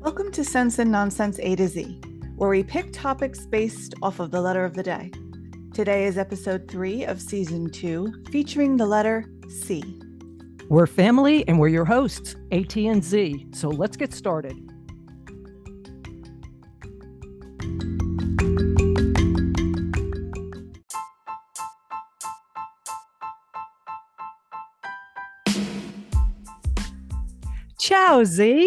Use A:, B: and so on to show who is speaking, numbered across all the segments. A: Welcome to Sense and Nonsense A to Z, where we pick topics based off of the letter of the day. Today is episode three of season two, featuring the letter C.
B: We're family and we're your hosts, AT and Z. So let's get started. Ciao, Z.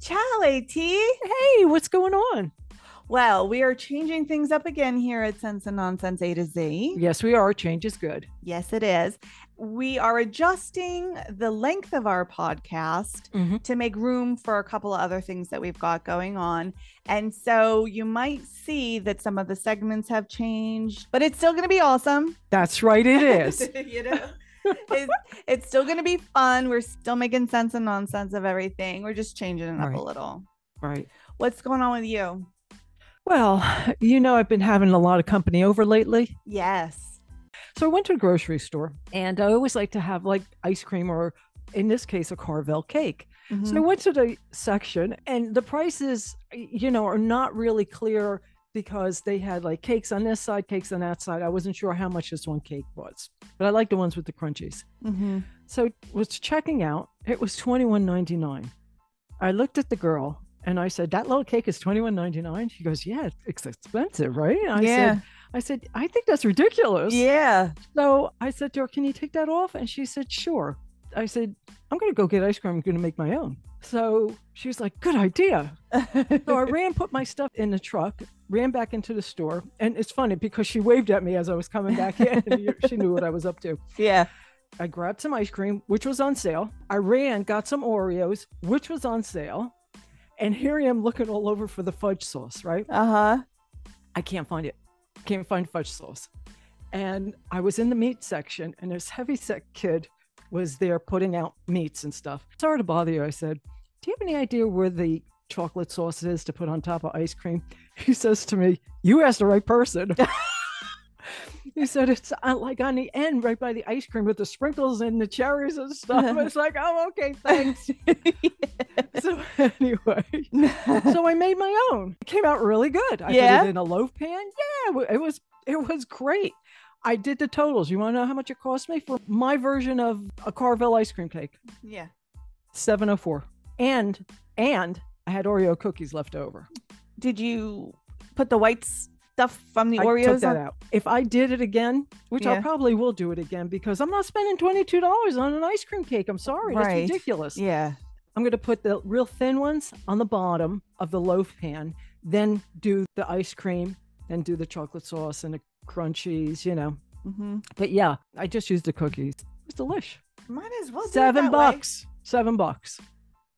A: Ciao, AT.
B: Hey, what's going on?
A: Well, we are changing things up again here at Sense and Nonsense A to Z.
B: Yes, we are. Change is good.
A: Yes, it is. We are adjusting the length of our podcast
B: Mhm.
A: to make room for a couple of other things that we've got going on. And so you might see that some of the segments have changed, but it's still going to be awesome.
B: That's right. It is.
A: you know, it's, it's still going to be fun. We're still making sense and nonsense of everything. We're just changing it up
B: Right.
A: a little.
B: right.
A: What's going on with you?
B: Well, you know, I've been having a lot of company over lately.
A: Yes.
B: So I went to a grocery store and I always like to have like ice cream or, in this case, a Carvel cake. So I
A: Mhm.
B: went to the section and the prices, y- you know, are not really clear because they had like cakes on this side, cakes on that side. I wasn't sure how much this one cake was, but I like the ones with the crunchies. Mm-hmm.
A: Mhm.
B: So was checking out, it was $21.99. I looked at the girl and I said, That little cake is $21.99. She goes, Yeah, it's expensive, right? And I
A: Yeah.
B: said, I said, I think that's ridiculous.
A: Yeah.
B: So I said to her, Can you take that off? And she said, Sure. I said, I'm going to go get ice cream. I'm going to make my own. So she was like, Good idea. So I ran, put my stuff in the truck, ran back into the store. And it's funny because she waved at me as I was coming back in. and she knew what I was up to.
A: yeah.
B: I grabbed some ice cream, which was on sale. I ran, got some Oreos, which was on sale. And here I am looking all over for the fudge sauce, right?
A: Uh huh.
B: I can't find it. Can't find fudge sauce. And I was in the meat section, and this heavyset kid was there putting out meats and stuff. Sorry to bother you. I said, Do you have any idea where the chocolate sauce is to put on top of ice cream? He says to me, You asked the right person. he said, It's on, like on the end, right by the ice cream with the sprinkles and the cherries and stuff. It's like, Oh, okay, thanks. so, anyway so I made my own. It came out really good. I
A: Yeah?
B: put it in a loaf pan. Yeah, it wa- it was it was great. I did the totals. You want to know how much it cost me for my version of a Carvel ice cream cake?
A: yeah.
B: 704. And and I had Oreo cookies left over.
A: Did you put the white stuff from the
B: I
A: Oreos?
B: took that
A: on?
B: out. If I did it again, which I
A: Yeah.
B: probably will do it again because I'm not spending $22 on an ice cream cake. I'm sorry.
A: Right.
B: That's ridiculous.
A: Yeah.
B: I'm going to put the real thin ones on the bottom of the loaf pan, then do the ice cream, then do the chocolate sauce and the crunchies, you know.
A: Mm-hmm.
B: But yeah, I just used the cookies. It was delish.
A: Might as well. do it
B: Seven
A: that way.
B: bucks. Seven bucks.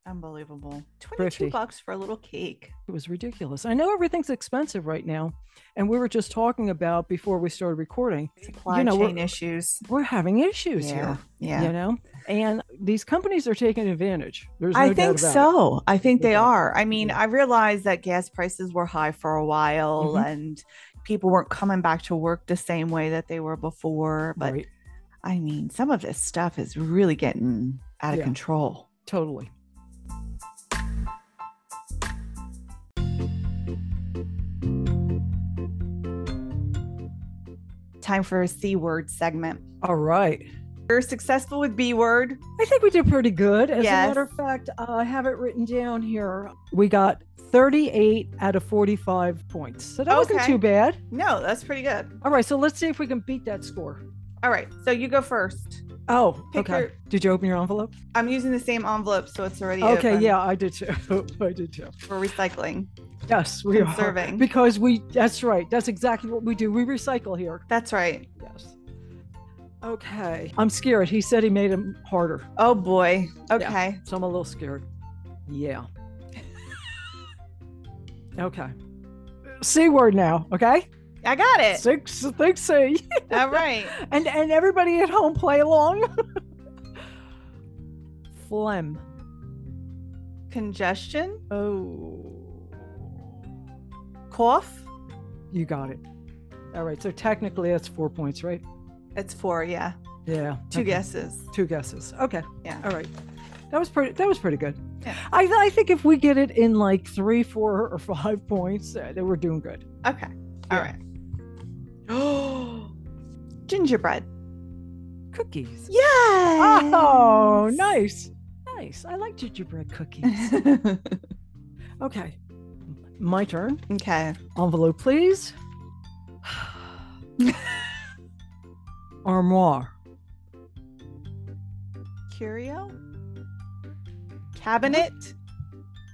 A: Unbelievable. Twenty-two
B: Thrifty.
A: bucks for a little cake.
B: It was ridiculous. I know everything's expensive right now. And we were just talking about before we started recording,
A: Supply
B: You know, we're-
A: chain issues.
B: we're having issues here,
A: Yeah.
B: you know? And these companies are taking advantage. There's no
A: I
B: doubt
A: think
B: about it. Mm-hmm.
A: so. I think they
B: Yeah.
A: are. I mean,
B: Yeah.
A: I realized that gas prices were high for a while
B: Mhm.
A: and people weren't coming back to work the same way that they were before. But
B: Right.
A: I mean, some of this stuff is really getting out of
B: Yeah.
A: control.
B: Totally.
A: Time for a C word segment.
B: All right.
A: You're successful with B word.
B: I think we did pretty good. As
A: Yes.
B: a matter of fact, uh, I have it written down here. We got 38 out of 45 points. So that wasn't
A: Okay.
B: too bad.
A: No, that's pretty good.
B: All right. So let's see if we can beat that score.
A: All right. So you go first.
B: Oh,
A: Pick
B: okay.
A: your-
B: Did you open your envelope?
A: I'm using the same envelope, so it's already
B: okay.
A: open
B: Yeah, I did too. I did too.
A: for recycling.
B: Yes, we are.
A: Conserving.
B: Because we, that's right. That's exactly what we do. We recycle here.
A: That's right.
B: Yes. Okay. I'm scared. He said he made him harder.
A: Oh boy. Okay.
B: So I'm a little scared. Yeah. okay. C word now, okay?
A: I got
B: Eh.
A: it.
B: Six think C.
A: All right.
B: And and everybody at home play along. Phlegm.
A: Congestion,
B: Oh.
A: cough.
B: You got it. All right. So technically that's four points, right?
A: It's four, yeah.
B: Yeah.
A: Two
B: okay.
A: guesses.
B: Two guesses. Okay.
A: Yeah.
B: All right. That was pretty. That was pretty good.
A: Yeah.
B: I, I think if we get it in like three, four, or five points, uh, then we're doing good.
A: Okay. All
B: Yeah.
A: right. Gingerbread.
B: Cookies.
A: Yes.
B: Oh, nice, nice. I like gingerbread cookies. okay, my turn.
A: okay.
B: Envelope, please. Armoire.
A: Curio. Cabinet.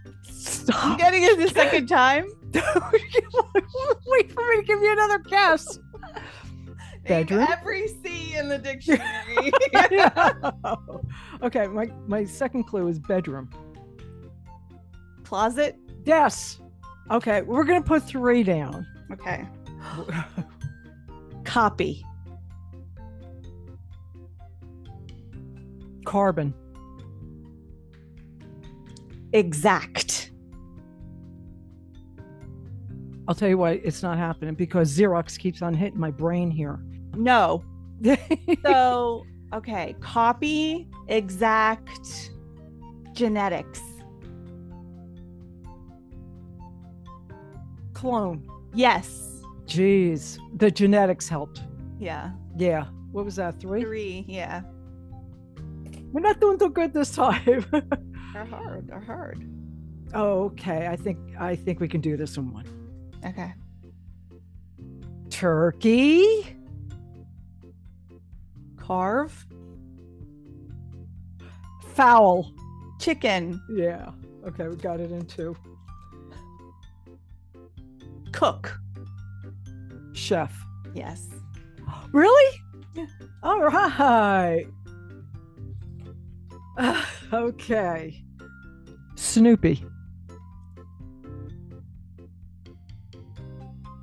A: I'm
B: Stop.
A: getting it the second time.
B: Wait for me to give you another guess. Bedroom?
A: Name every C in the dictionary.
B: okay, my, my second clue is bedroom.
A: Closet.
B: Yes. Okay, we're gonna put three down.
A: Okay. Copy.
B: Carbon.
A: Exact.
B: I'll tell you why it's not happening because Xerox keeps on hitting my brain here.
A: No. So, okay. Copy. Exact. Genetics.
B: Clone.
A: Yes.
B: Jeez, the genetics helped.
A: Yeah.
B: Yeah. What was that? Three.
A: Three. Yeah.
B: We're not doing so good this time. Oh,
A: They're hard. They're hard.
B: okay, I think I think we can do this in one.
A: Okay.
B: Turkey.
A: Carve.
B: Fowl.
A: Chicken.
B: Yeah. Okay, we got it in two.
A: Cook.
B: Chef.
A: Yes.
B: Really?
A: Yeah.
B: All right. okay. Snoopy.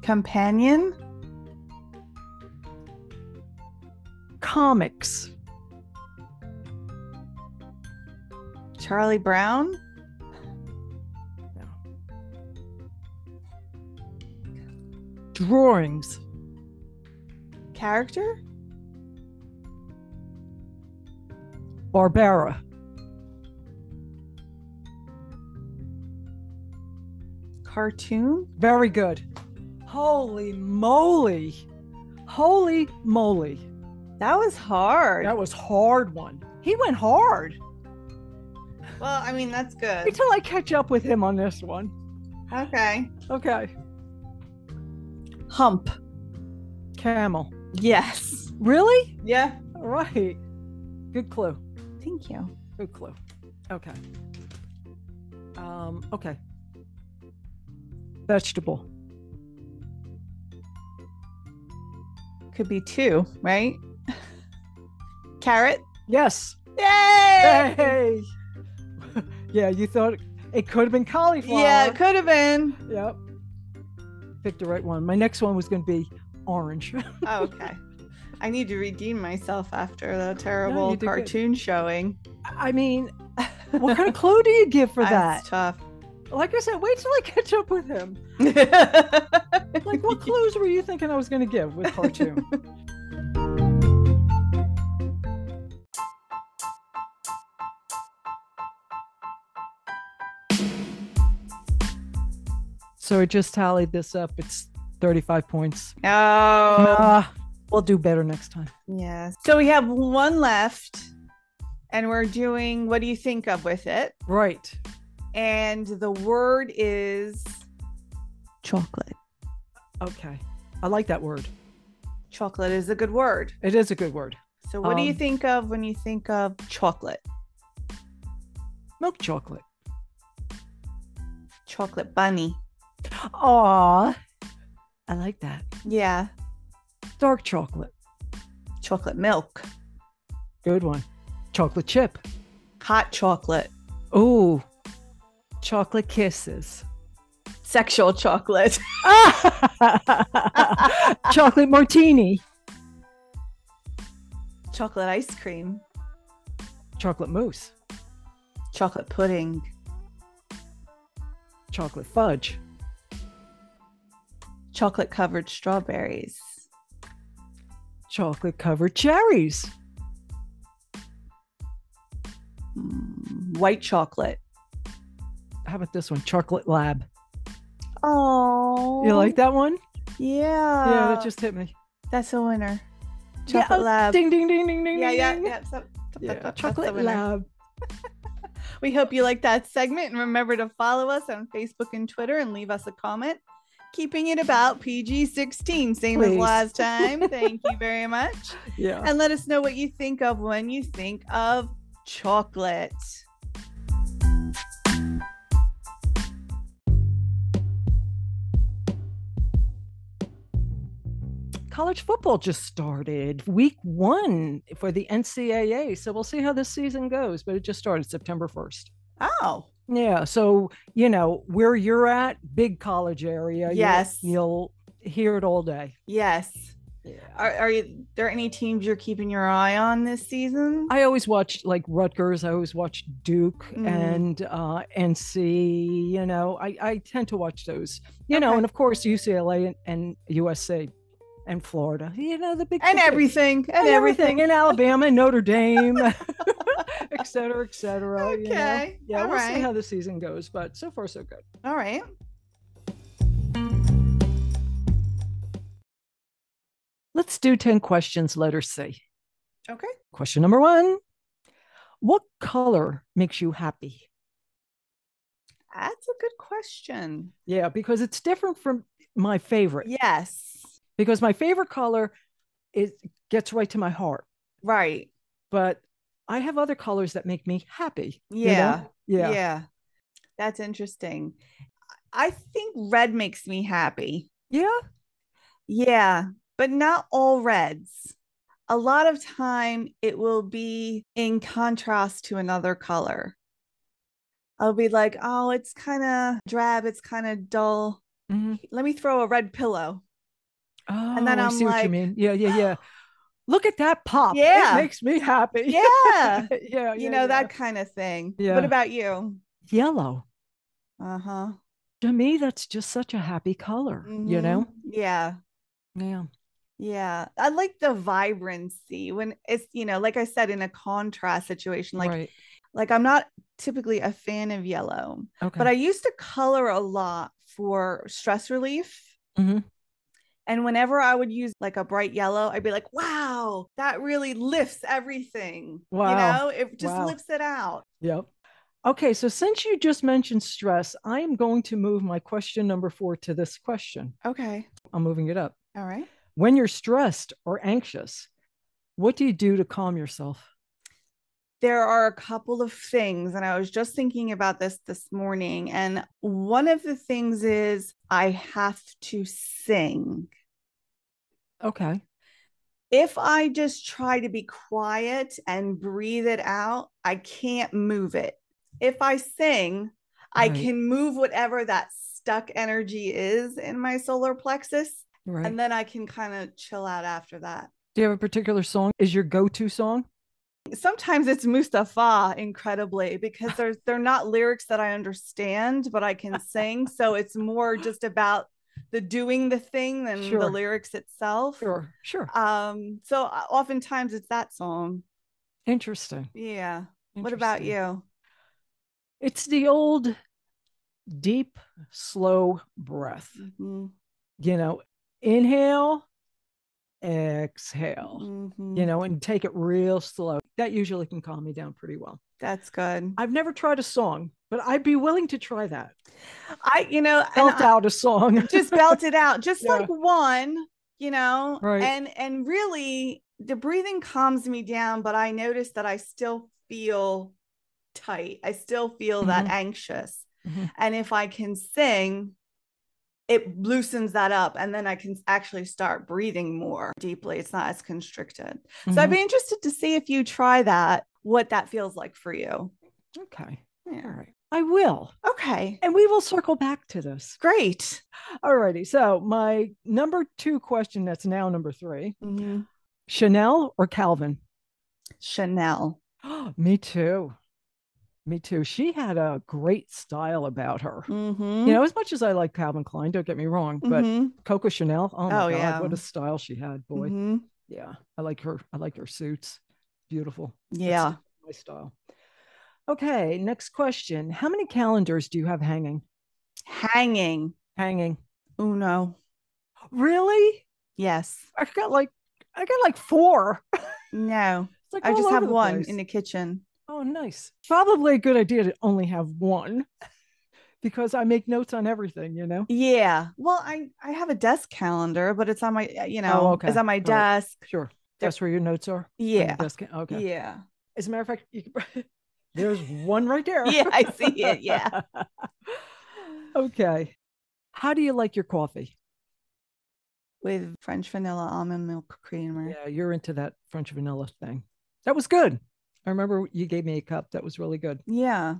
A: Companion.
B: Comics.
A: Charlie Brown.
B: Drawings.
A: Character.
B: Barbara.
A: Cartoon.
B: Very good. Holy moly. Holy moly.
A: That was hard.
B: That was hard one. He went hard.
A: Well, I mean, that's
B: Wait
A: good.
B: till I catch up with him on this one.
A: Okay.
B: Okay.
A: Hump.
B: Camel.
A: Yes.
B: Really?
A: Yeah.
B: All right. Good clue.
A: Thank you.
B: Good clue. Okay. Um, okay. Vegetable.
A: Could be two, right? Carrot.
B: Yes.
A: Yay!
B: Hey. yeah, you thought it could have been cauliflower.
A: Yeah, it could have been.
B: Yep. Picked the right one. My next one was going to be orange.
A: Oh, okay. I need to redeem myself after the terrible
B: did good.
A: cartoon showing.
B: I mean, what kind of clue do you give for that?
A: That's tough.
B: Like I said, wait till I catch up with him. Like, what clues were you thinking I was going to give with cartoon? so I just tallied this up. It's 35 points.
A: no.
B: Ah, we'll do better next time.
A: Yes. So we have one left, and we're doing what do you think of with it?
B: Right.
A: And the word is chocolate.
B: Okay. I like that word.
A: Chocolate is a good word.
B: It is a good word.
A: So what do you
B: Um,
A: think of when you think of chocolate?
B: Milk chocolate.
A: Chocolate bunny.
B: Aw. I like that.
A: Yeah.
B: Dark chocolate.
A: Chocolate milk.
B: Good one. Chocolate chip.
A: Hot chocolate.
B: Oh, chocolate kisses.
A: Sexual chocolate.
B: chocolate martini.
A: chocolate ice cream.
B: Chocolate mousse.
A: Chocolate pudding.
B: Chocolate fudge.
A: Chocolate covered strawberries.
B: Chocolate covered cherries.
A: Mm, White chocolate.
B: How about this one? Chocolate Lab.
A: Oh.
B: You like that one?
A: Yeah.
B: yeah, that just hit me.
A: That's a winner. Chocolate
B: oh,
A: lab.
B: Ding ding ding ding ding.
A: Yeah,
B: ding,
A: yeah,
B: ding.
A: yeah. so- so- so-
B: Yeah,
A: so- that's the
B: Chocolate
A: winner.
B: Lab.
A: We hope you liked that segment and remember to follow us on Facebook and Twitter and leave us a comment. Keeping it about PG 16, same as
B: Please.
A: last time. Thank you very much.
B: Yeah.
A: And let us know what you think of when you think of chocolate.
B: College football just started week one for the NCAA. So we'll see how this season goes, but it just started September 1st.
A: Oh,
B: Yeah. So, you know, where you're at, big college area. you'll-
A: Yes.
B: You'll, hear it all day.
A: yes.
B: Yeah.
A: Are, are you, there any teams you're keeping your eye on this season?
B: I always watched like Rutgers. I always watched Duke
A: Mhm.
B: and uh, NC. You know, I, I tend to watch those. You know,
A: Okay.
B: and of course UCLA and, and USA and Florida. You know the big
A: and
B: ticket-
A: everything. And,
B: and
A: everything.
B: everything in Alabama, and Notre Dame, et cetera, et cetera. oh, you know.
A: Okay,
B: Yeah,
A: all
B: we'll
A: right.
B: see how the season goes, but so far so good.
A: All right.
B: Let's do 10 questions, letter C.
A: Okay.
B: Question number one What color makes you happy?
A: That's a good question.
B: Yeah, because it's different from my favorite.
A: Yes.
B: Because my favorite color is gets right to my heart,
A: Right.
B: but I have other colors that make me happy. you know?
A: Yeah.
B: Yeah.
A: Yeah. That's interesting. I think red makes me happy.
B: Yeah.
A: Yeah, but not all reds. A lot of time it will be in contrast to another color. I'll be like, oh, it's kind of drab, it's kind of dull.
B: Mhm.
A: Let me throw a red pillow.
B: Oh,
A: then
B: I
A: I'm
B: see what you
A: like,
B: mean. Yeah, yeah, yeah. Look at that pop.
A: Yeah.
B: It makes me happy.
A: Yeah.
B: yeah, Oh, yeah.
A: you know,
B: yeah.
A: that kind of thing.
B: Yeah.
A: What about you?
B: yellow.
A: Uh huh.
B: To me, that's just such a happy color, you know?
A: Mm-hmm. Yeah.
B: Yeah.
A: Yeah. I like the vibrancy when it's, you know, like I said, in a contrast situation, like,
B: right.
A: like I'm not typically a fan of yellow.
B: Okay.
A: but I used to color a lot for stress relief.
B: Mhm.
A: And whenever I would use like a bright yellow, I'd be like, wow, that really lifts everything. You
B: Wow.
A: know, it just
B: Wow.
A: lifts it out.
B: Yep. Okay. So since you just mentioned stress, I am going to move my question number four to this question.
A: Okay.
B: I'm moving it up.
A: All right.
B: When you're stressed or anxious, what do you do to calm yourself?
A: There are a couple of things, and I was just thinking about this this morning. And one of the things is I have to sing.
B: Okay.
A: If I just try to be quiet and breathe it out, I can't move it. If I sing, I
B: Right.
A: can move whatever that stuck energy is in my solar plexus,
B: Right.
A: and then I can kind of chill out after that.
B: do you have a particular song? Is your go to song?
A: Sometimes it's Mustafa, incredibly, because there's they're not lyrics that I understand, but I can sing. So it's more just about the doing the thing than the
B: Sure.
A: lyrics itself.
B: Sure. Sure.
A: Um, so uh, oftentimes it's that song.
B: Interesting.
A: Yeah. What about
B: Interesting.
A: you?
B: It's the old deep, slow breath.
A: Mhm,
B: You know, inhale, exhale,
A: mhm.
B: you know, and take it real slow. That usually can calm me down pretty well.
A: That's good.
B: I've never tried a song, but I'd be willing to try that.
A: I, you know, and
B: Belt
A: I-
B: out a song.
A: just belt it out, just
B: Yeah.
A: like one, you know,
B: Right.
A: and and really the breathing calms me down, but I notice that I still feel tight. I still feel that
B: Mhm.
A: anxious,
B: Mhm.
A: and if I can sing, it loosens that up, and then I can actually start breathing more deeply. It's not as constricted. So I'd
B: Mhm.
A: be interested to see if you try that, what that feels like for you.
B: okay. All
A: Yeah.
B: right. I will.
A: Okay.
B: And we will circle back to this.
A: Great.
B: All righty. So, my number two question that's now number three
A: Mhm.
B: Chanel or Calvin?
A: Chanel.
B: Me too. Me too. She had a great style about her.
A: Mm-hmm.
B: You know, as much as I like Calvin Klein, don't get me wrong, but Coco Chanel, oh my
A: Oh,
B: god,
A: yeah. Mm-hmm.
B: what a style she had, boy. Yeah, I like her. I like her suits. Beautiful. That's
A: Yeah.
B: my style. Okay, next question. How many calendars do you have hanging?
A: Hanging.
B: Hanging.
A: Uno.
B: Really?
A: Yes.
B: I got like I got like four. It's
A: No.
B: like
A: I
B: all
A: just have
B: over the
A: one
B: place.
A: in the kitchen.
B: Oh, nice. Probably a good idea to only have one because I make notes on everything, you know?
A: Yeah. Well, I I have a desk calendar, but it's on my uh, you know
B: Oh, okay.
A: it's on my
B: All right.
A: desk.
B: Sure. That's where your notes are? on your
A: Yeah.
B: desk? Okay.
A: Yeah.
B: As a matter of fact, you can- there's one right there.
A: Yeah. I see it. Yeah.
B: okay. How do you like your coffee?
A: With French vanilla almond milk creamer.
B: Yeah, you're into that French vanilla thing. That was good. I remember you gave me a cup. That was really good.
A: Yeah.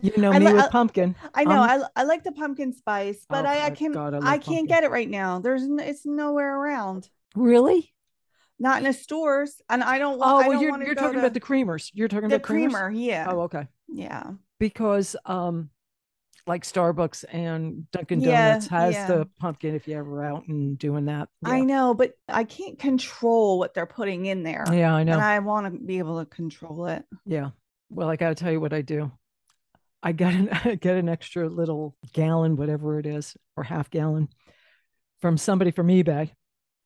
B: You know
A: I
B: me
A: li-
B: with
A: I-
B: pumpkin.
A: I know.
B: Um,
A: I, I like the pumpkin spice, but
B: Oh,
A: I, I
B: my
A: can
B: God, I
A: I,
B: love
A: can't
B: pumpkin.
A: get it right now. There's n- it's nowhere around.
B: Really?
A: Not in the stores, and I don't
B: Oh,
A: want.
B: well,
A: I
B: you're,
A: don't
B: you're talking about the creamers. You're talking
A: the
B: about creamers?
A: creamer. Yeah.
B: Oh, okay.
A: Yeah.
B: Because um, like Starbucks and Dunkin'
A: Yeah,
B: Donuts has
A: yeah.
B: the pumpkin if you're ever out and doing that.
A: I
B: Yeah.
A: know, but I can't control what they're putting in there.
B: Yeah, I know.
A: And I want to be able to control it.
B: Yeah. Well, I got to tell you what I do. I got an I get an extra little gallon, whatever it is, or half gallon, from somebody from eBay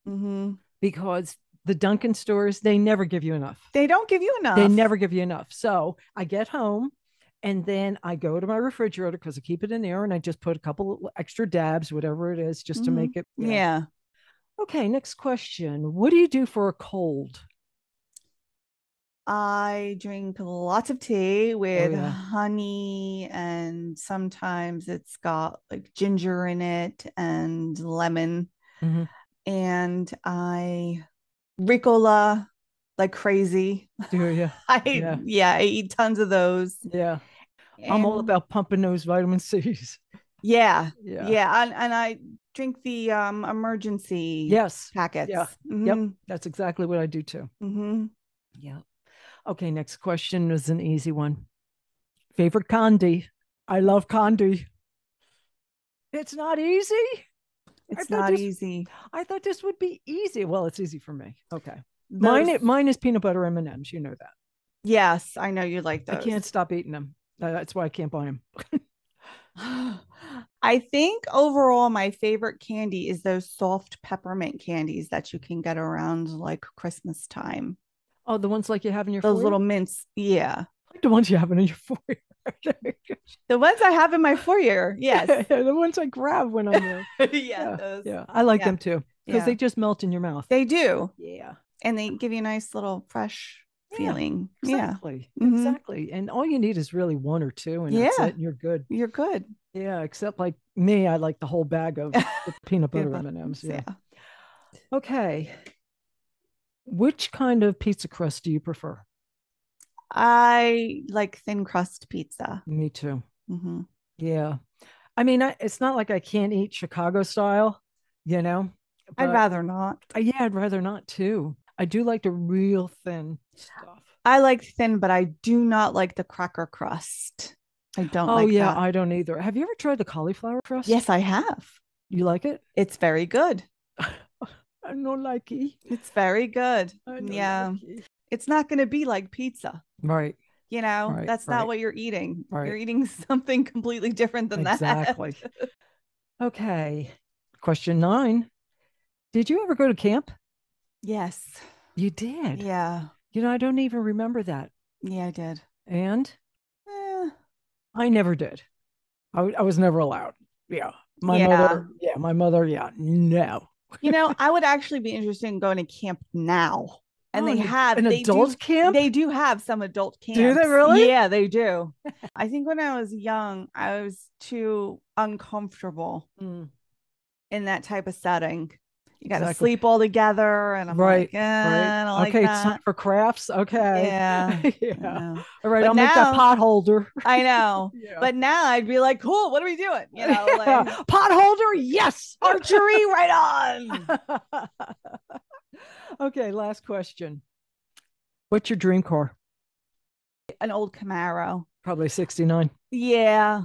A: hmm
B: because the Dunkin' stores they never give you enough.
A: They don't give you enough.
B: They never give you enough. So I get home, and then I go to my refrigerator because I keep it in there, and I just put a couple of extra dabs, whatever it is, just
A: Mhm.
B: to make it. you know.
A: Yeah.
B: Okay. Next question. What do you do for a cold?
A: I drink lots of tea with
B: Oh, yeah.
A: honey, and sometimes it's got like ginger in it and lemon.
B: Mhm.
A: And I Ricola like crazy.
B: Do you?
A: I yeah,
B: Yeah.
A: I eat tons of those.
B: Yeah. I'm all
A: And-
B: about pumping those vitamin C's.
A: yeah,
B: Yeah.
A: yeah, and, and I drink the um emergency
B: Yes,
A: packets. Mm-hmm,
B: that's exactly what I do too.
A: hmm
B: Yeah. Okay, next question is an easy one. Favorite condi? I love condi. It's not easy.
A: It's
B: thought
A: not
B: this-
A: easy.
B: I thought this would be easy. Well, it's easy for me. Okay. Mine,
A: Those-
B: i- mine is peanut butter M and M's. You know that.
A: yes, I know you like those.
B: I can't stop eating them. Uh, That's why I can't buy them.
A: I think overall my favorite candy is those soft peppermint candies that you can get around like Christmas time.
B: Oh, the ones like you have in your
A: Those
B: foyer?
A: little mints. Yeah.
B: Like the ones you have in your foyer.
A: The ones I have in my foyer. Yes.
B: the ones I grab when I'm
A: yeah,
B: there. Yeah,
A: those.
B: Yeah, I like
A: Yeah.
B: them too because
A: Yeah.
B: they just melt in your mouth.
A: They do.
B: yeah.
A: And they give you a nice little fresh
B: Yeah, Mm-hmm.
A: feeling. Yeah.
B: Exactly.
A: Mhm.
B: Exactly. And all you need is really one or two, and that's
A: Yeah.
B: it. And you're good.
A: You're good.
B: Yeah. Except like me, I like the whole bag of the peanut butter M and M's. Yeah. Okay. Which kind of pizza crust do you prefer?
A: I like thin crust pizza.
B: Me too.
A: hmm
B: Yeah. I mean, I, it's not like I can't eat Chicago style, you know.
A: I'd
B: but-
A: rather not.
B: uh, yeah, I'd rather not too. I do like the real thin stuff.
A: I like thin, but I do not like the cracker crust. I don't
B: Oh
A: like
B: yeah,
A: that.
B: I don't either. Have you ever tried the cauliflower crust?
A: Yes, I have.
B: You like it?
A: It's very good.
B: I don't like it.
A: It's very good.
B: I don't
A: Yeah.
B: like e. it.
A: It's not going to be like pizza.
B: Right.
A: You know,
B: Right,
A: that's
B: right.
A: not what you're eating.
B: Right.
A: You're eating something completely different than
B: Exactly. okay. Question nine. Did you ever go to camp?
A: that. Yes.
B: You did.
A: Yeah.
B: You know, I don't even remember that.
A: Yeah, I did.
B: And
A: Eh,
B: I never did. I, w- I was never allowed. Yeah. My mother. Yeah. My mother. Yeah. No.
A: you know, I would actually be interested in going to camp now. And
B: Oh,
A: they
B: an-
A: have
B: an
A: they do-
B: adult camp.
A: They do have some adult camps.
B: they really?
A: Yeah, they do. I think when I was young, I was too uncomfortable
B: Mm,
A: in that type of setting. You got to
B: Exactly.
A: sleep all together, and I'm
B: Right,
A: like, eh, I don't like
B: okay. It's
A: that.
B: time for crafts. Okay.
A: Yeah, I
B: yeah.
A: know.
B: All right.
A: But
B: I'll make that
A: now-
B: pot holder.
A: I know.
B: Yeah.
A: But now I'd be like, cool, what are we doing? You know,
B: Yeah.
A: like,
B: pot holder. Yes.
A: archery right on.
B: okay, last question. What's your dream car?
A: An old Camaro.
B: Probably 69.
A: Yeah.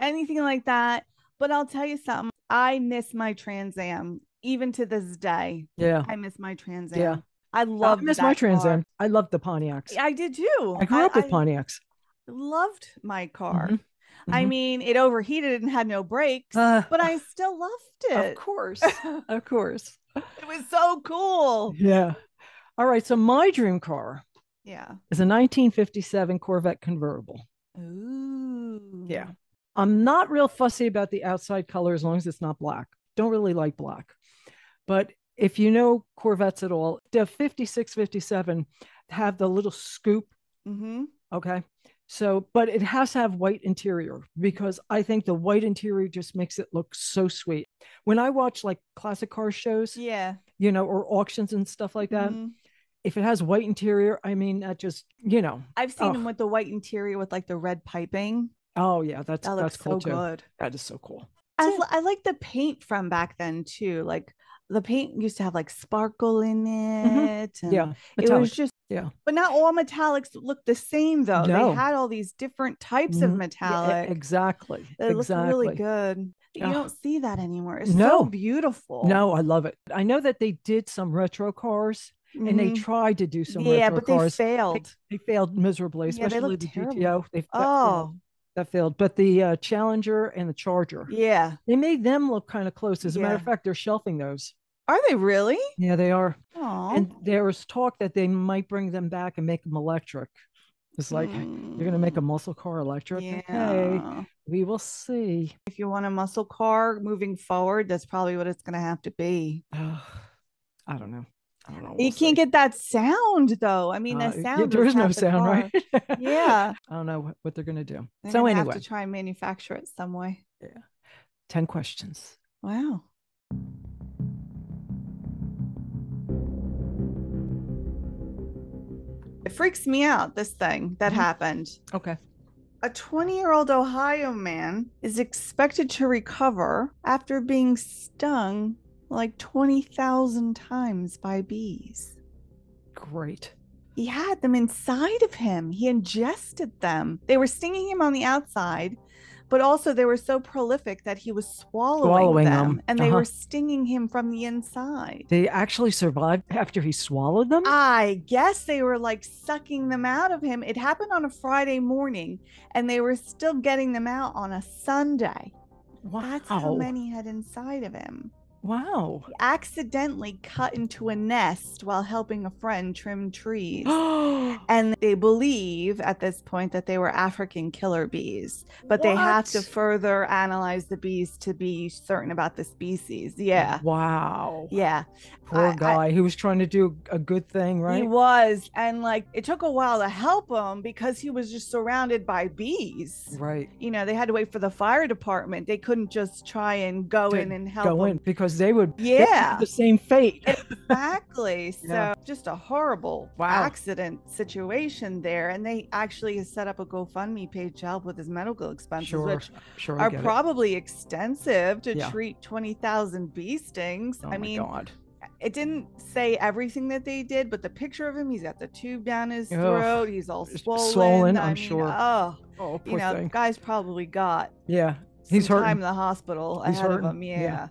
A: Anything like that. But I'll tell you something. I miss my Trans Am, even to this day.
B: Yeah.
A: I miss my Trans Am.
B: Yeah. Oh,
A: I love
B: I miss my
A: that
B: Trans
A: car.
B: Am. I love the Pontiacs.
A: I did too.
B: I grew up with
A: I-
B: Pontiacs.
A: loved my car. I mean, it overheated and had no brakes,
B: Mm-hmm. Uh,
A: but I still loved
B: of
A: it.
B: course, of course.
A: It was so cool.
B: Oh, Yeah. All right. So my dream car
A: Yeah.
B: is a 1957 Corvette convertible.
A: Ooh.
B: Yeah. I'm not real fussy about the outside color as long as it's not black. Don't really like black. But if you know Corvettes at all, the 56, 57 have the little scoop.
A: Mm-hmm.
B: Okay. So, but it has to have white interior because I think the white interior just makes it look so sweet. When I watch like classic car shows,
A: Yeah.
B: you know, or auctions and stuff like that,
A: Mhm.
B: if it has white interior, I mean, that just, you know,
A: I've seen them
B: Ugh.
A: with the white interior with like the red piping.
B: oh yeah, that's
A: That
B: that's
A: looks
B: cool
A: so
B: too.
A: good.
B: That is so cool.
A: I,
B: Yeah.
A: li- I like the paint from back then too. Like the paint used to have like sparkle in it. and
B: Mm-hmm. Yeah.
A: It
B: metallic.
A: was just
B: Yeah.
A: But not all metallics look the same though.
B: No.
A: They had all these different types of
B: Mhm. Yeah, e-
A: metallic.
B: exactly.
A: It looked
B: exactly.
A: really good. You
B: Ugh.
A: don't see that anymore. It's
B: No.
A: so beautiful.
B: No, I love it. I know that they did some retro cars and they
A: Mhm.
B: tried to do some
A: yeah,
B: retro
A: but they
B: cars.
A: failed.
B: They failed miserably,
A: Yeah, they
B: especially
A: look
B: the
A: terrible.
B: GTO. They, that, failed.
A: Oh,
B: that failed. But the uh, Challenger and the Charger,
A: yeah.
B: they made them look kind of close. As a matter of
A: Yeah.
B: fact, they're shelving those.
A: Are they really?
B: Yeah, they are.
A: Oh,
B: And there was talk that they might bring them back and make them electric. It's like you're going to make a muscle car electric.
A: Hmm. Mm, Yeah.
B: Hey, we will see.
A: If you want a muscle car moving forward, that's probably what it's going to have to be.
B: Ugh, I don't know. I don't know.
A: you can't get that sound though. I mean,
B: Uh,
A: that
B: y-
A: sound.
B: there
A: was
B: is no
A: half the
B: sound,
A: car.
B: right?
A: Yeah.
B: I don't know what, what they're going to do.
A: They're
B: so,
A: gonna
B: anyway,
A: have to try and manufacture it some way.
B: 10 questions.
A: Wow. It freaks me out, this thing that
B: Mhm.
A: happened.
B: Okay.
A: A 20 year old Ohio man is expected to recover after being stung like 20,000 times by bees.
B: Great.
A: He had them inside of him, he ingested them. They were stinging him on the outside, but also they were so prolific that he was swallowing,
B: Swallowing
A: them,
B: them.
A: and they
B: Uh-huh.
A: were stinging him from the inside.
B: They actually survived after he swallowed them?
A: Ah, I guess they were like sucking them out of him. It happened on a Friday morning, and they were still getting them out on a Sunday.
B: wow.
A: That's how many he had inside of him.
B: Wow.
A: He accidentally cut into a nest while helping a friend trim trees. And they believe at this point that they were African killer bees, but they have to
B: What?
A: further analyze the bees to be certain about the species. Yeah.
B: Wow.
A: Yeah.
B: Poor
A: I- I-
B: guy. he was trying to do a good thing, right?
A: He was. And like it took a while to help him because he was just surrounded by bees.
B: right.
A: You know, they had to wait for the fire department. They couldn't just try and go in
B: Didn't
A: and help
B: Go
A: him.
B: in because they would they would have
A: Yeah,
B: the same fate.
A: exactly.
B: Yeah.
A: So just a horrible
B: Wow.
A: accident situation there. And they actually set up a GoFundMe page to help with his medical expenses,
B: sure.
A: which
B: sure. I
A: are
B: get it.
A: probably extensive to
B: Yeah.
A: treat 20,000 bee stings.
B: Oh
A: I
B: my
A: mean,
B: God.
A: it didn't say everything that they did, but the picture of him, he's got the tube down his
B: Ugh.
A: throat. He's all
B: It's
A: swollen.
B: swollen,
A: I mean,
B: I'm sure.
A: Oh,
B: Oh,
A: you
B: poor
A: know,
B: thing.
A: guy's probably got
B: Yeah. He's
A: he's some
B: hurting.
A: time in the hospital
B: He's
A: ahead
B: hurting.
A: of him.
B: Yeah.
A: Yeah.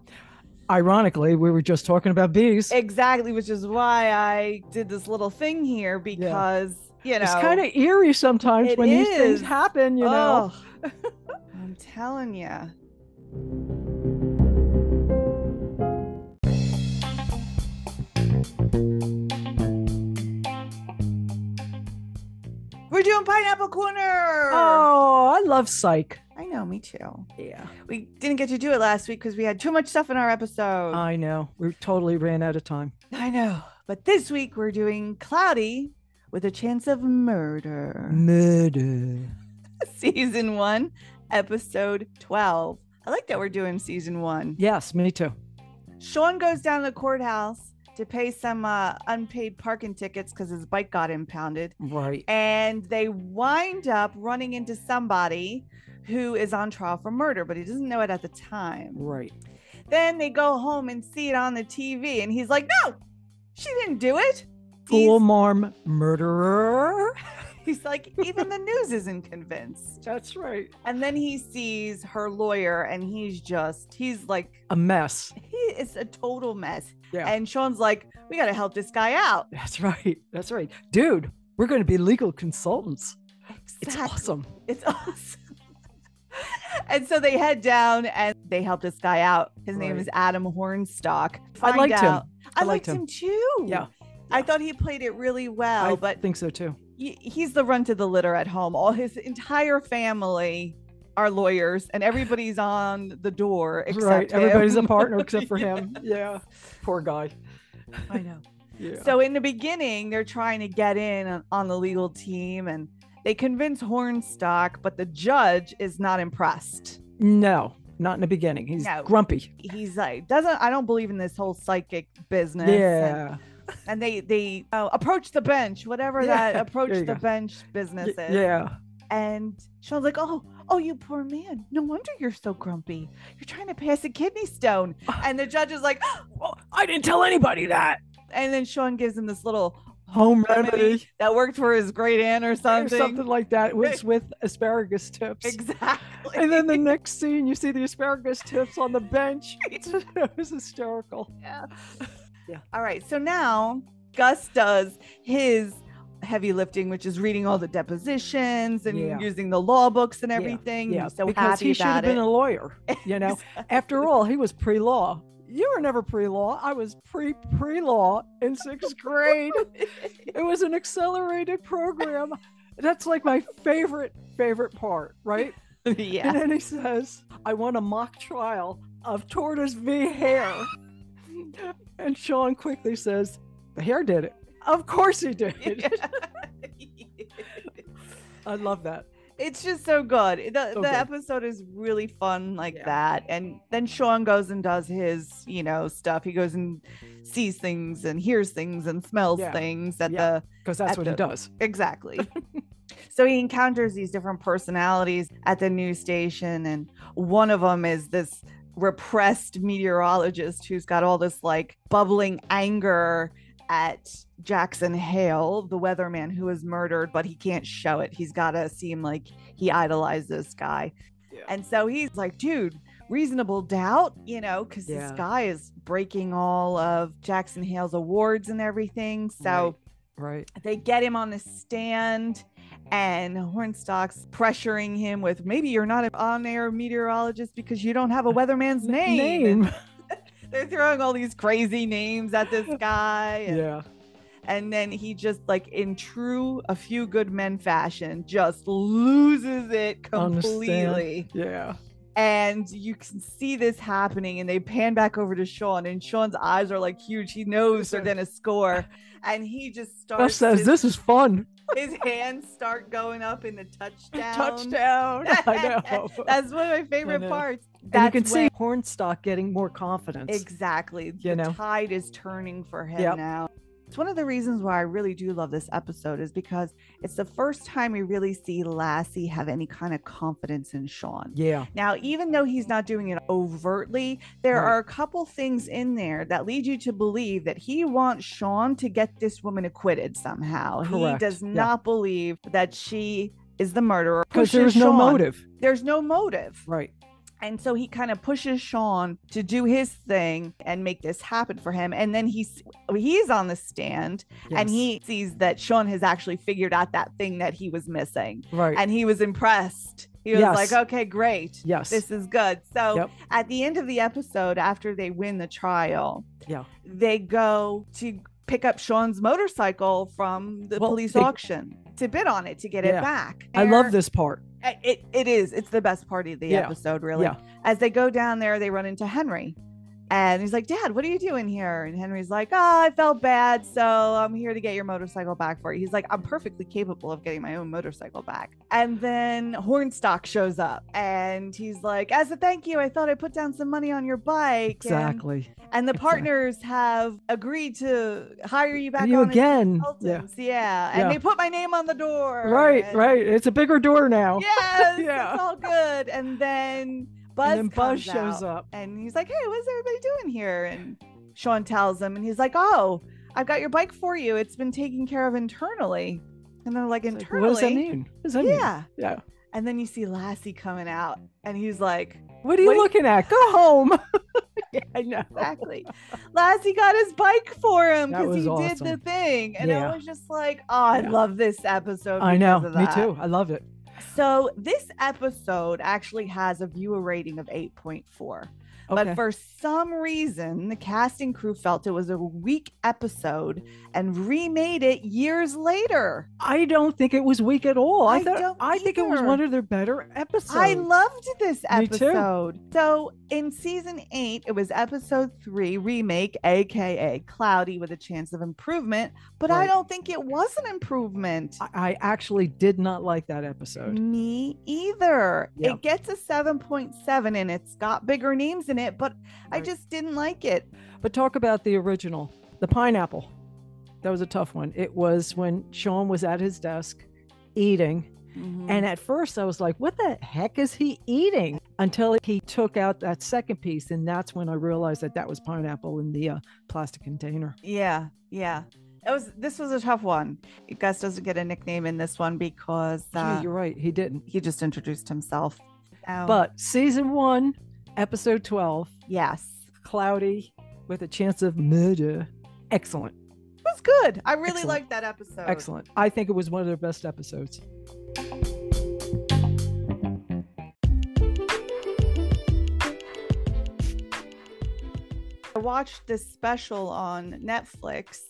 B: Ironically, we were just talking about bees.
A: exactly, which is why I did this little thing here because you know
B: it's kind of eerie sometimes
A: It
B: when these
A: is.
B: things happen, you know.
A: Ugh. Oh, I'm telling you. We're doing pineapple corner.
B: Oh, I love psych.
A: I know, me too.
B: Yeah.
A: We didn't get to do it last week because we had too much stuff in our episode.
B: I know. We totally ran out of time.
A: I know. But this week we're doing cloudy with a chance of murder.
B: Mm. Murder.
A: season one, episode 12. I like that we're doing season one.
B: Yes, me too.
A: Sean goes down to the courthouse to pay some uh, unpaid parking tickets because his bike got impounded.
B: Right.
A: And they wind up running into somebody who is on trial for murder, but he doesn't know it at the time.
B: Right.
A: Then they go home and see it on the TV. And he's like, no, she didn't do it.
B: Fool
A: He's-
B: marm murderer.
A: he's like, even the news isn't convinced.
B: That's right.
A: And then he sees her lawyer and he's just, he's like,
B: A mess.
A: he is a total mess.
B: Yeah.
A: And Sean's like, we got to help this guy out.
B: That's right. That's right. Dude, we're going to be legal consultants. It's
A: Exactly.
B: awesome.
A: It's awesome. and so they head down and they help this guy out. His name
B: Right.
A: is Adam Hornstock.
B: I
A: Find
B: liked
A: out-
B: him.
A: I,
B: I
A: liked
B: liked
A: him, too.
B: Yeah.
A: I thought he played it really well,
B: I
A: but
B: think so too.
A: he- he's the runt of the litter at home. All his entire family are lawyers, and everybody's on the door except
B: right.
A: him.
B: Everybody's a partner except for him. Yeah. Poor guy.
A: I know.
B: Yeah.
A: So in the beginning, they're trying to get in on, on the legal team, and they convince Hornstock, but the judge is not impressed.
B: no, not in the beginning. He's
A: No.
B: grumpy.
A: He's like, doesn't I don't believe in this whole psychic business. and-
B: Yeah.
A: And, they they uh, approach the bench, whatever
B: Yeah,
A: that approach
B: there you
A: the
B: go.
A: bench business
B: Y-
A: is.
B: yeah.
A: And Sean's like, oh, oh, you poor man. No wonder you're so grumpy. You're trying to pass a kidney stone. And the judge is like,
B: Well, I didn't tell anybody that.
A: and then Sean gives him this little
B: Home
A: remedy
B: remedy.
A: that worked for his great aunt or
B: or
A: something.
B: something like that. It's with asparagus tips.
A: Exactly.
B: And then the next scene, you see the asparagus tips on the bench. it was hysterical.
A: All right. So now Gus does his heavy lifting, which is reading all the depositions and
B: Yeah.
A: using the law books and
B: Yeah,
A: everything.
B: Yeah,
A: He's so
B: because
A: happy
B: he should
A: about
B: have been
A: it.
B: a lawyer. You know, after all, he was pre-law. You were never pre-law. I was pre-pre-law in sixth grade. it was an accelerated program. That's like my favorite favorite part, right? And
A: yeah.
B: then he says, I want a mock trial of tortoise v hare. and Sean quickly says, The hare did it. Of course he did. I love that.
A: it's just so good. The,
B: So
A: the
B: good.
A: episode is really fun like
B: Yeah.
A: that. And then Sean goes and does his, you know, stuff. He goes and sees things and hears things and smells
B: Yeah.
A: things at
B: Yeah.
A: the
B: Because that's
A: At
B: what
A: the-
B: he does.
A: Exactly. so he encounters these different personalities at the news station, and one of them is this repressed meteorologist who's got all this like bubbling anger at Jackson Hale, the weatherman who was murdered, but he can't show it. He's got to seem like he idolized this guy.
B: Yeah.
A: And so he's like, dude, reasonable doubt, you know, because this
B: Yeah.
A: guy is breaking all of Jackson Hale's awards and everything. So
B: Right.
A: they get him on the stand and hornstock's pressuring him with maybe you're not an on-air meteorologist because you don't have a weatherman's name, And
B: Name.
A: they're throwing all these crazy names at this guy and,
B: Yeah.
A: and then he just like in true a few good men fashion just loses it
B: Understand.
A: completely
B: Yeah.
A: and you can see this happening and they pan back over to sean and sean's eyes are like huge he knows they're
B: Listen.
A: gonna score and he just starts
B: Gus says,
A: to
B: This is fun.
A: his hands start going up in the touchdown.
B: Touchdown. I know.
A: That's one of my favorite
B: know.
A: parts.
B: and you
A: That's
B: can
A: when-
B: see Hornstock getting more confidence.
A: exactly. The
B: You know.
A: tide is turning for him
B: Yep.
A: now. It's one of the reasons why I really do love this episode is because it's the first time we really see Lassie have any kind of confidence in Sean.
B: yeah.
A: Now, even though he's not doing it overtly, there
B: Right.
A: are a couple things in there that lead you to believe that he wants Sean to get this woman acquitted somehow. He
B: Correct,
A: does
B: yeah.
A: not believe that she is the murderer.
B: Because there
A: Pushes
B: was no
A: Sean-
B: motive.
A: There's no motive.
B: Right.
A: And so he kind of pushes Sean to do his thing and make this happen for him. And then he's he's on the stand and
B: Yes.
A: he sees that Sean has actually figured out that thing that he was missing.
B: Right.
A: And he was impressed. He was
B: Yes.
A: like, okay, great
B: yes.
A: this is good. So
B: Yep.
A: at the end of the episode, after they win the trial,
B: Yeah.
A: they go to pick up Sean's motorcycle from the
B: Well,
A: police
B: they-
A: auction to bid on it to get it
B: Yeah.
A: back.
B: I love
A: They're-
B: this part.
A: It, it is. It's the best part of the
B: Yeah.
A: episode, really.
B: Yeah.
A: As they go down there, they run into Henry. And he's like, Dad, what are you doing here? And Henry's like, Oh, I felt bad. So I'm here to get your motorcycle back for you. He's like, I'm perfectly capable of getting my own motorcycle back. And then Hornstock shows up and he's like, As a thank you, I thought I put down some money on your bike. And,
B: Exactly.
A: and the
B: Exact-
A: partners have agreed to hire you back
B: And you
A: on as
B: again. Yeah.
A: consultants. Yeah. And
B: Yeah.
A: they put my name on the door.
B: Right,
A: And-
B: right. It's a bigger door now.
A: Yes,
B: Yeah.
A: it's all good. And then Buzz,
B: and then
A: comes
B: Buzz
A: out,
B: shows up.
A: and he's like, "Hey, what's everybody doing here?" And Sean tells him, and he's like, "Oh, I've got your bike for you. It's been taken care of internally." And they're like,
B: It's like, what does that
A: "Internally,
B: mean? What does that mean?
A: yeah."
B: Yeah.
A: And then you see Lassie coming out, and he's like,
B: What are you
A: What do you-
B: looking at? Go home. I know.
A: exactly. Lassie got his bike for him
B: That
A: because
B: was
A: he did the
B: awesome.
A: thing. And
B: Yeah.
A: I was just like, oh, I
B: Yeah.
A: love this episode.
B: I know.
A: because of
B: Me
A: that.
B: too. I love it.
A: So this episode actually has a viewer rating of 8.4.
B: Okay.
A: But for some reason, the casting crew felt it was a weak episode and remade it years later.
B: I don't think it was weak at all. I,
A: I
B: thought
A: don't
B: I think it was
A: either.
B: one of their better episodes.
A: I loved this
B: Me too.
A: episode. So in season eight, it was episode three remake, aka Cloudy with a Chance of Improvement. But I
B: Right.
A: don't think it was an improvement.
B: I, I actually did not like that
A: Mm.
B: episode.
A: Me either.
B: Yeah.
A: It gets a 7.7 and it's got bigger names in it, but I
B: Right.
A: just didn't like it.
B: But talk about the original, the pineapple. That was a tough one. It was when Sean was at his desk eating.
A: And
B: And at first I was like, what the heck is he eating? Until he took out that second piece. And that's when I realized that that was pineapple in the uh, plastic container.
A: yeah, yeah. It was this was a tough one. Gus doesn't get a nickname in this one because
B: yeah,
A: uh,
B: you're right. He didn't.
A: he just introduced himself. Um,
B: But season one, episode 12,
A: yes.
B: cloudy with a chance of murder. Excellent.
A: It was good. I really
B: Excellent.
A: liked that episode.
B: Excellent. I think it was one of their best episodes.
A: I watched this special on Netflix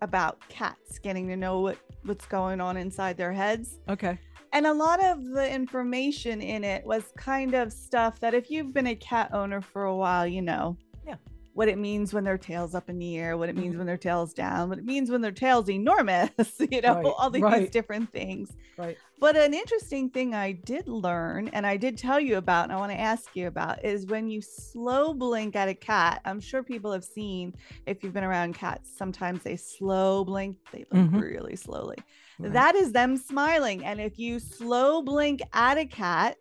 A: about cats getting to know what, what's going on inside their heads.
B: Okay.
A: And a lot of the information in it was kind of stuff that if you've been a cat owner for a while, you know.
B: Yeah. Mm-hmm.
A: What it means when their tail's up in the air, what it means when their tail's down, what it means when their tail's enormous, you know,
B: Right,
A: all these
B: right.
A: different things.
B: Right.
A: But an interesting thing I did learn and I did tell you about, and I want to ask you about, is when you slow blink at a cat. I'm sure people have seen if you've been around cats, sometimes they slow blink, they blink
B: Mhm.
A: really slowly.
B: Right.
A: That is them smiling. And if you slow blink at a cat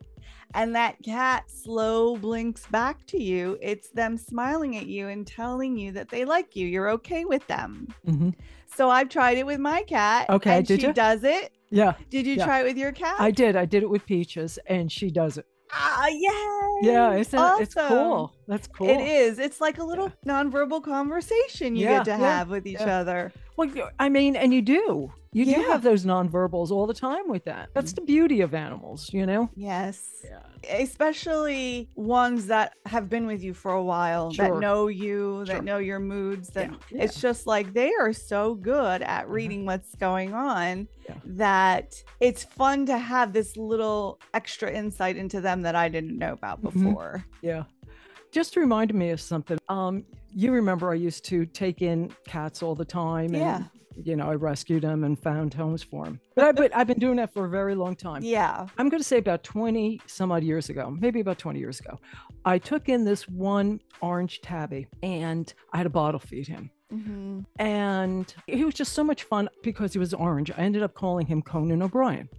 A: and that cat slow blinks back to you, it's them smiling at you and telling you that they like you. You're okay with them.
B: Mhm.
A: So I've tried it with my cat.
B: Okay,
A: And
B: did
A: she
B: ya?
A: does it.
B: Yeah.
A: Did you
B: Yeah.
A: try it with your cat?
B: I did. I did it with Peaches and she does it.
A: Ah, yay.
B: Yeah. It's, it's
A: Awesome.
B: cool. That's cool.
A: It is. It's like a little nonverbal conversation you
B: Yeah,
A: get to
B: yeah,
A: have with each
B: yeah.
A: other.
B: Well, you- I mean, and you do. You do
A: Yeah. Mm-hmm.
B: have those nonverbals all the time with that. That's the beauty of animals, you know?
A: Yes.
B: Yeah.
A: Especially ones that have been with you for a while,
B: Sure.
A: that know you,
B: Sure.
A: that know your moods, that
B: Yeah. Mm-hmm.
A: it's just like they are so good at reading what's going on
B: Yeah.
A: that it's fun to have this little extra insight into them that I didn't know about
B: Mhm.
A: before.
B: Yeah. Just reminded me of something. Um, you remember I used to take in cats all the time.
A: Yeah.
B: And, you know, I rescued them and found homes for them. But I, but I've been doing that for a very long time.
A: Yeah.
B: I'm going to say about 20 some odd years ago, maybe about 20 years ago, I took in this one orange tabby and I had to bottle feed him. Mm-hmm.
A: Mhm.
B: And he was just so much fun because he was orange. I ended up calling him Conan O'Brien.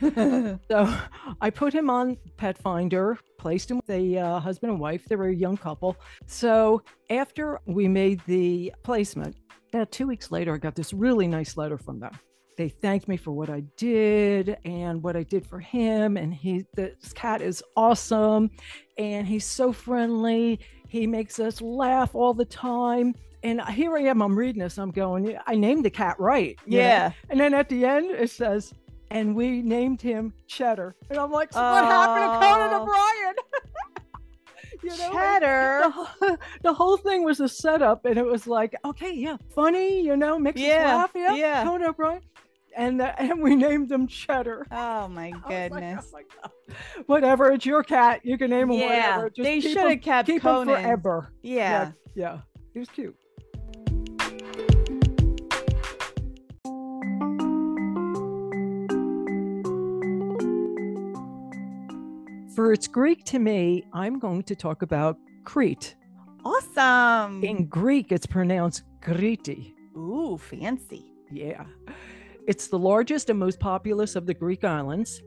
B: So I put him on Pet Finder, placed him with a uh, husband and wife. They were a young couple. So after we made the placement, about two weeks later, I got this really nice letter from them. They thanked me for what I did and what I did for him. And he, this cat is awesome. And he's so friendly. He makes us laugh all the time. And here I am, I'm reading this. I'm going, "Yeah, I named the cat right. you know?
A: yeah.
B: And then at the end, it says, and we named him Cheddar. And I'm like, so what happened to Conan
A: Oh.
B: O'Brien? you know? and The,
A: Cheddar.
B: whole- the whole thing was a setup, and it was like, okay, yeah, funny, you know, makes
A: Yeah,
B: us laugh, yeah,
A: yeah.
B: Conan O'Brien. And, uh, and we named him Cheddar.
A: Oh my
B: I was like,
A: goodness.
B: oh my God. Whatever, it's your cat. You can name him whatever. Just
A: they
B: keep
A: should
B: him-
A: have kept
B: keep him
A: Conan.
B: forever.
A: Yeah.
B: yeah. yeah. He was cute. For its Greek to me, I'm going to talk about Crete.
A: Awesome.
B: In Greek, it's pronounced Kriti.
A: Ooh, fancy.
B: Yeah. It's the largest and most populous of the Greek islands.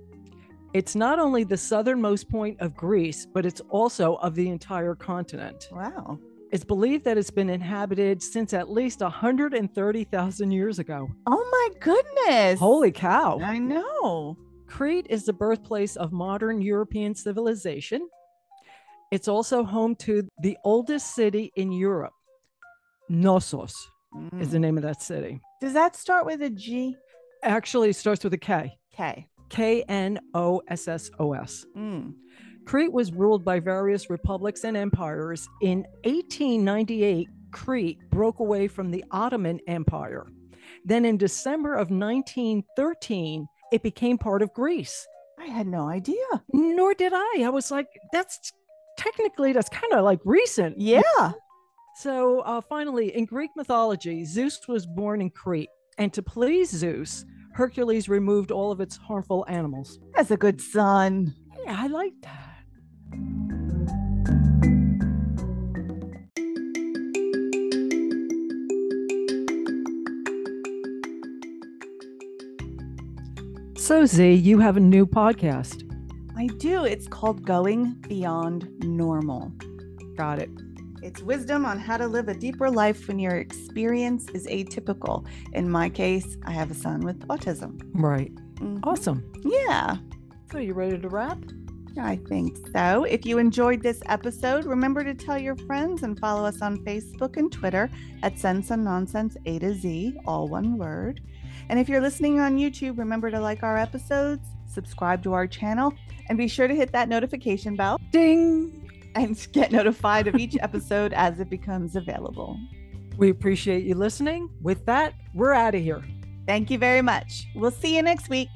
B: It's not only the southernmost point of Greece, but it's also of the entire continent.
A: Wow.
B: It's believed that it's been inhabited since at least 130,000 years ago.
A: Oh my goodness.
B: Holy cow.
A: I know.
B: Crete is the birthplace of modern European civilization. It's also home to the oldest city in Europe. Nossos is
A: Mm.
B: the name of that city.
A: Does that start with a G?
B: Actually, it starts with a K.
A: K.
B: K N O S S O S.
A: Mm.
B: Crete was ruled by various republics and empires. In 1898, Crete broke away from the Ottoman Empire. Then in December of 1913, it became part of Greece.
A: I had no idea.
B: Nor did I. I was like, that's technically, that's kind of like recent.
A: Yeah.
B: So uh, finally, in Greek mythology, Zeus was born in Crete. And to please Zeus, Hercules removed all of its harmful animals.
A: That's a good son.
B: Yeah, I like that. So, Z, you have a new podcast.
A: I do. It's called Going Beyond Normal.
B: Got it.
A: It's wisdom on how to live a deeper life when your experience is atypical. In my case, I have a son with autism.
B: Right.
A: Mhm.
B: Awesome.
A: Yeah,
B: So, you ready to wrap?
A: I think so. If you enjoyed this episode, remember to tell your friends and follow us on Facebook and Twitter at Sense and Nonsense A to Z, all one word. And if you're listening on YouTube, remember to like our episodes, subscribe to our channel, and be sure to hit that notification bell
B: Ding.
A: and get notified of each episode as it becomes available.
B: We appreciate you listening. With that, we're out of here.
A: Thank you very much. We'll see you next week.